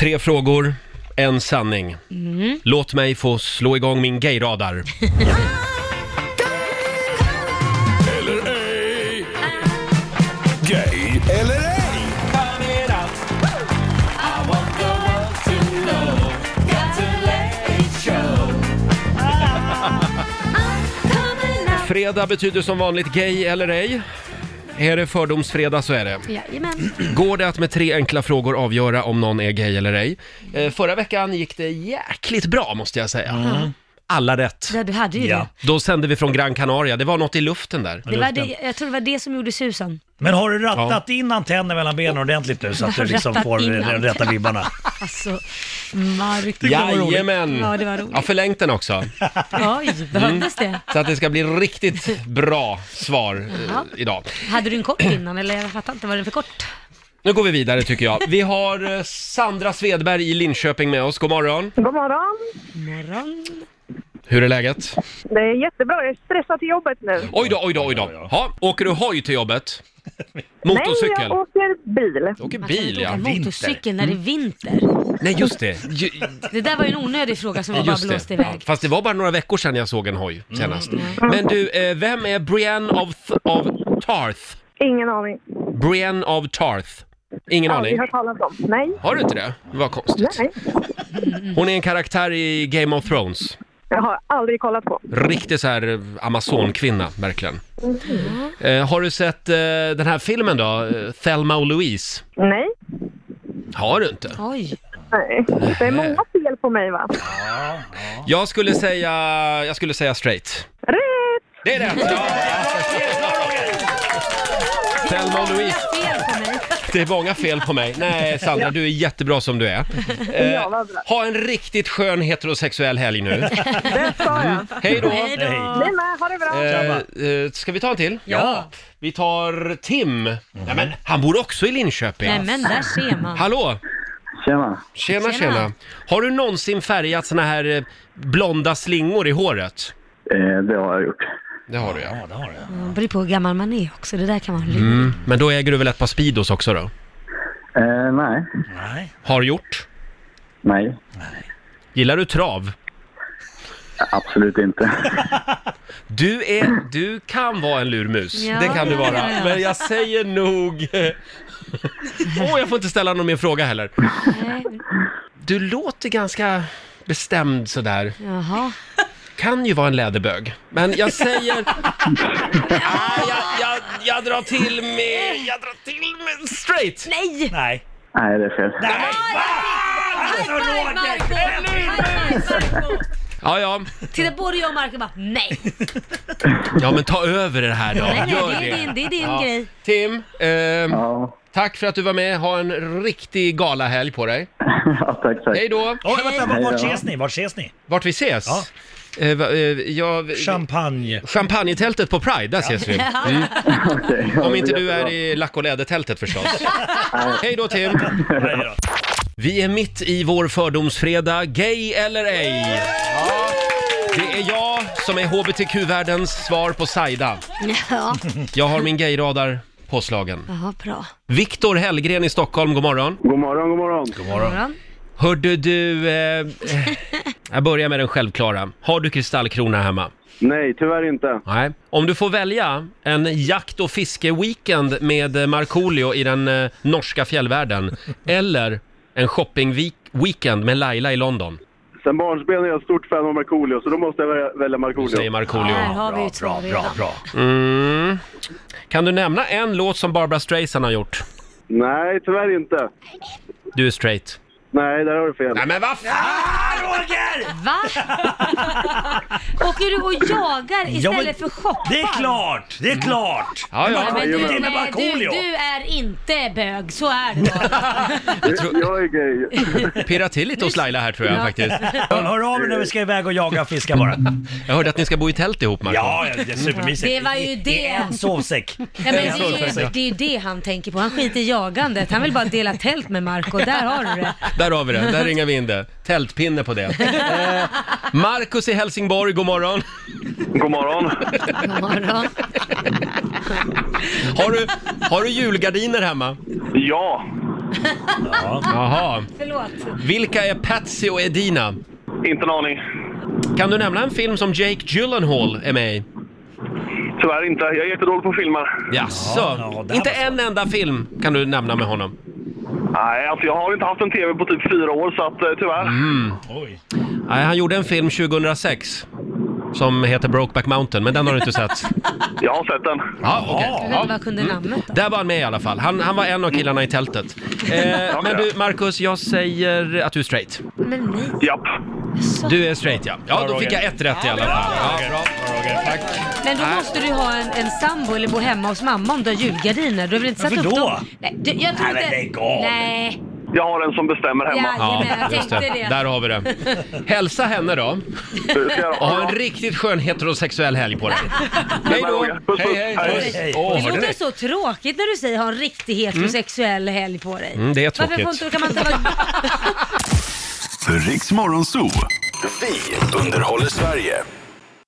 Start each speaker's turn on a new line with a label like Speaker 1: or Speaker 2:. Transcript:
Speaker 1: Tre frågor, en sanning.
Speaker 2: Mm.
Speaker 1: Låt mig få slå igång min gayradar.
Speaker 3: Eller ej. Gay eller ej.
Speaker 1: Fredag betyder som vanligt gay eller ej. Är det fördomsfredag så är det.
Speaker 2: Jajamän.
Speaker 1: Går det att med tre enkla frågor avgöra om någon är gay eller ej? Eh, förra veckan gick det jäkligt bra måste jag säga. Alla rätt.
Speaker 2: Ja, du hade ju
Speaker 4: Ja.
Speaker 1: Då sände vi från Gran Canaria, det var något i luften där.
Speaker 2: det. det, var det. Jag tror det var det som gjorde susan.
Speaker 4: Men har du rattat in antennen mellan benen ordentligt nu så att du liksom
Speaker 2: Rattat
Speaker 4: får
Speaker 2: in
Speaker 4: de rätta vibbarna?
Speaker 2: Alltså, Marcus.
Speaker 1: Jajamän! Mm.
Speaker 2: Ja, det var roligt.
Speaker 1: Ja, förlängt den också.
Speaker 2: Oj, behövdes det?
Speaker 1: Så att det ska bli riktigt bra svar eh,
Speaker 2: Jaha.
Speaker 1: idag.
Speaker 2: Hade du en kort innan eller jag fattar inte, var den för kort?
Speaker 1: Nu går vi vidare tycker jag. Vi har eh, Sandra Svedberg i Linköping med oss. God morgon.
Speaker 5: God morgon.
Speaker 2: Morgon.
Speaker 1: Hur är läget?
Speaker 5: Det är jättebra. Jag är stressad till jobbet nu.
Speaker 1: Oj då, oj då, oj då. Ha, åker du hoj till jobbet?
Speaker 5: Nej,
Speaker 1: Motorcykel?
Speaker 5: jag åker bil.
Speaker 1: Du åker
Speaker 2: Man kan
Speaker 1: bil
Speaker 2: inte
Speaker 1: ja. Mm.
Speaker 2: åka
Speaker 4: Vinter.
Speaker 2: motorcykel när det är vinter.
Speaker 1: Nej just det. Ju-
Speaker 2: Det där var ju en onödig fråga som vi bara
Speaker 1: Just
Speaker 2: blåste
Speaker 1: det. Ja,
Speaker 2: iväg. Mm.
Speaker 1: fast det var bara några veckor sedan jag såg en hoj senast. Men du, eh, vem är Brienne of, Th- of Tarth?
Speaker 5: Ingen aning.
Speaker 1: Brienne of Tarth? Ingen
Speaker 5: Aldrig
Speaker 1: aning.
Speaker 5: hört talas om. Nej.
Speaker 1: Har du inte det? Vad konstigt.
Speaker 5: Nej.
Speaker 1: Hon är en karaktär i Game of Thrones.
Speaker 5: Jag har aldrig kollat på.
Speaker 1: Riktig så här eh, amazonkvinna, verkligen.
Speaker 5: Mhm.
Speaker 1: Eh, har du sett eh, den här filmen då? Eh, Thelma och Louise?
Speaker 5: Nej.
Speaker 1: Har du inte?
Speaker 2: Oj.
Speaker 5: Nej. Det är många fel på mig, va?
Speaker 1: Jag skulle säga, jag skulle säga straight.
Speaker 5: Rätt!
Speaker 1: Det är rätt! Ja, Thelma och Louise,
Speaker 2: Fel på mig.
Speaker 1: det är många fel på mig. Nej, Sandra, du är jättebra som du är. Eh,
Speaker 5: Ja, vad bra.
Speaker 1: ha en riktigt skön heterosexuell helg nu.
Speaker 5: Det sa jag.
Speaker 1: Hej då!
Speaker 2: Hej då.
Speaker 5: Ni med. Ha det bra.
Speaker 1: Eh, eh, ska vi ta en till?
Speaker 2: Ja.
Speaker 1: Vi tar Tim. Nej, men han bor också i Linköping.
Speaker 2: Nej men där ser man.
Speaker 1: Hallå!
Speaker 6: Tjena.
Speaker 1: Tjena,
Speaker 2: Tjena.
Speaker 1: tjena, Har du någonsin färgat såna här eh, blonda slingor i håret?
Speaker 6: Eh, det har jag gjort.
Speaker 1: Det har du ja.
Speaker 4: Ja, det har du.
Speaker 2: Det beror på hur gammal man är också, det där kan vara lurigt.
Speaker 1: Mm, men då äger du väl ett par Speedos också då?
Speaker 6: Eh, nej.
Speaker 4: Nej.
Speaker 1: Har gjort?
Speaker 6: Nej.
Speaker 1: Gillar du trav?
Speaker 6: Absolut inte.
Speaker 1: Du, är, du kan vara en lurmus,
Speaker 2: Ja,
Speaker 1: det kan du
Speaker 2: ja,
Speaker 1: vara.
Speaker 2: ja, ja.
Speaker 1: Men jag säger nog... Åh, jag får inte ställa någon mer fråga heller.
Speaker 2: Nej.
Speaker 1: Du låter ganska bestämd sådär.
Speaker 2: Jaha.
Speaker 1: Kan ju vara en läderbög. Men jag säger... ah, jag, jag, jag drar till med... Jag drar till med straight!
Speaker 2: Nej!
Speaker 4: Nej.
Speaker 6: nej, det är fel.
Speaker 4: Nej.
Speaker 2: High
Speaker 4: Alltså,
Speaker 2: five
Speaker 4: Roger!
Speaker 2: Marco! High five Marco!
Speaker 1: Ja, ja.
Speaker 2: Titta både jag och Marco bara nej.
Speaker 1: Ja, men ta över det här då.
Speaker 2: Nej, nej,
Speaker 1: Gör
Speaker 2: det är din, det är din
Speaker 1: Ja.
Speaker 2: grej.
Speaker 1: Tim, eh,
Speaker 6: Ja.
Speaker 1: tack för att du var med. Ha en riktig galahelg på dig.
Speaker 6: ja, tack, tack.
Speaker 1: Hej då!
Speaker 4: Oj, vänta,
Speaker 6: Hej
Speaker 4: vart,
Speaker 6: då.
Speaker 4: vart ses ni? Vart ses ni?
Speaker 1: Vart vi ses?
Speaker 4: Ja.
Speaker 1: Eh, va- eh, ja,
Speaker 4: Champagne.
Speaker 1: champagnetältet på Pride, där ses vi.
Speaker 6: Okej, ja,
Speaker 1: Om
Speaker 6: det
Speaker 1: inte du
Speaker 6: jättebra.
Speaker 1: är i lack och lädertältet förstås. Hej då Tim!
Speaker 4: Nej då.
Speaker 1: Vi är mitt i vår fördomsfredag, gay eller ej. Ja. Det är jag som är hbtq-världens svar på Saida.
Speaker 2: Ja.
Speaker 1: Jag har min gayradar påslagen.
Speaker 2: Jaha, bra.
Speaker 1: Viktor Hellgren i Stockholm, god morgon.
Speaker 7: God morgon, god morgon.
Speaker 2: Morgon.
Speaker 1: Hörde du... Eh, eh, jag börjar med den självklara. Har du kristallkrona hemma?
Speaker 7: Nej, tyvärr inte.
Speaker 1: Nej. Om du får välja en jakt och fiskeweekend med eh, Markoolio i den eh, norska fjällvärlden eller en shoppingweekend med Laila i London,
Speaker 7: Sen barnsben är jag ett stort fan av Markoolio, så då måste jag välja- välja
Speaker 1: säger
Speaker 7: Markoolio.
Speaker 2: Här
Speaker 1: Markoolio.
Speaker 2: har vi ju ett
Speaker 4: Bra,
Speaker 2: svar
Speaker 4: bra,
Speaker 2: redan.
Speaker 4: bra.
Speaker 1: Mm. Kan du nämna en låt som Barbara Streisand har gjort?
Speaker 7: Nej, tyvärr inte.
Speaker 1: Du är straight.
Speaker 7: Nej, där har du fel.
Speaker 1: Nej men vad fan!
Speaker 4: Ah, Roger!
Speaker 2: Va? Åker du och jagar istället
Speaker 4: Ja, men-
Speaker 2: för shoppar?
Speaker 4: Det är klart, det är klart.
Speaker 1: Ja,
Speaker 2: Nej,
Speaker 1: ja.
Speaker 2: men du,
Speaker 4: Det är med
Speaker 2: nej, du,
Speaker 4: Markoolio.
Speaker 2: du är inte bög, så är det bara.
Speaker 7: Jag är gay.
Speaker 1: Pirrar till lite hos Laila här tror jag faktiskt.
Speaker 4: Hör, hör av er när vi ska iväg och jaga och fiska bara.
Speaker 1: Jag hörde att ni ska bo i tält ihop Marko.
Speaker 4: Ja, ja, det är supermysigt.
Speaker 2: Det var ju
Speaker 4: I- i
Speaker 2: det.
Speaker 4: en sovsäck.
Speaker 2: Ja, men det, är ju, det är ju det han tänker på. Han skiter i jagandet. Han vill bara dela tält med Marco. Där har du det.
Speaker 1: Där har vi det, där ringar vi in det. Tältpinne på det. Eh, Marcus i Helsingborg, god morgon.
Speaker 7: God morgon.
Speaker 2: God morgon.
Speaker 1: Har du, har du julgardiner hemma?
Speaker 7: Ja.
Speaker 1: Jaha.
Speaker 2: Förlåt.
Speaker 1: Vilka är Patsy och Edina?
Speaker 7: Inte en aning.
Speaker 1: Kan du nämna en film som Jake Gyllenhaal är med i?
Speaker 7: Tyvärr inte. Jag är jättedålig på filmer.
Speaker 1: Jaså?
Speaker 4: Ja, ja, det
Speaker 1: inte
Speaker 4: var
Speaker 1: en enda film kan du nämna med honom.
Speaker 7: Nej, alltså jag har inte haft en TV på typ fyra år, så att, eh, tyvärr.
Speaker 1: Mm.
Speaker 4: Oj.
Speaker 1: Nej, han gjorde en film 2006 som heter Brokeback Mountain, men den har du inte sett.
Speaker 7: Jag har sett den.
Speaker 1: Ja, okej.
Speaker 2: Jag vet
Speaker 1: Ja.
Speaker 2: inte vad jag kunde
Speaker 4: Mm.
Speaker 2: namnet då.
Speaker 1: Där var han med i alla fall. Han, han var en av killarna i tältet. Eh, men du, Marcus, jag säger att du är straight.
Speaker 2: Men nej.
Speaker 7: Japp.
Speaker 1: Du är straight, ja. Ja, då fick jag ett rätt i alla fall. Ja, bra.
Speaker 2: Men då måste du ju ha en, en sambo eller bo hemma hos mamma om du har julgardiner. Du har väl inte satt
Speaker 4: Varför
Speaker 2: upp
Speaker 4: då?
Speaker 2: dem? Nej, du, jag tror
Speaker 4: Nej, men
Speaker 2: inte...
Speaker 4: lägg av.
Speaker 2: Nej,
Speaker 7: Jag har en som bestämmer hemma.
Speaker 1: Ja,
Speaker 2: jajamän, jag
Speaker 1: just
Speaker 2: tänkte
Speaker 1: det.
Speaker 2: det.
Speaker 1: Där har vi det. Hälsa henne då.
Speaker 7: Det ska jag
Speaker 1: Och
Speaker 7: ha.
Speaker 1: ha en riktigt skön heterosexuell helg på dig. Hej då!
Speaker 7: Puss, puss.
Speaker 1: Hej,
Speaker 7: Hej.
Speaker 1: hej, hej. Åh,
Speaker 2: Det
Speaker 1: hörde
Speaker 2: låter
Speaker 1: ni?
Speaker 2: så tråkigt när du säger ha en riktig
Speaker 4: Mm.
Speaker 2: heterosexuell helg på dig.
Speaker 1: Mm, det är
Speaker 2: Varför får
Speaker 1: tråkigt.
Speaker 2: inte, kan man inte vara...
Speaker 3: Riks Morgonzoo.
Speaker 8: Vi underhåller Sverige.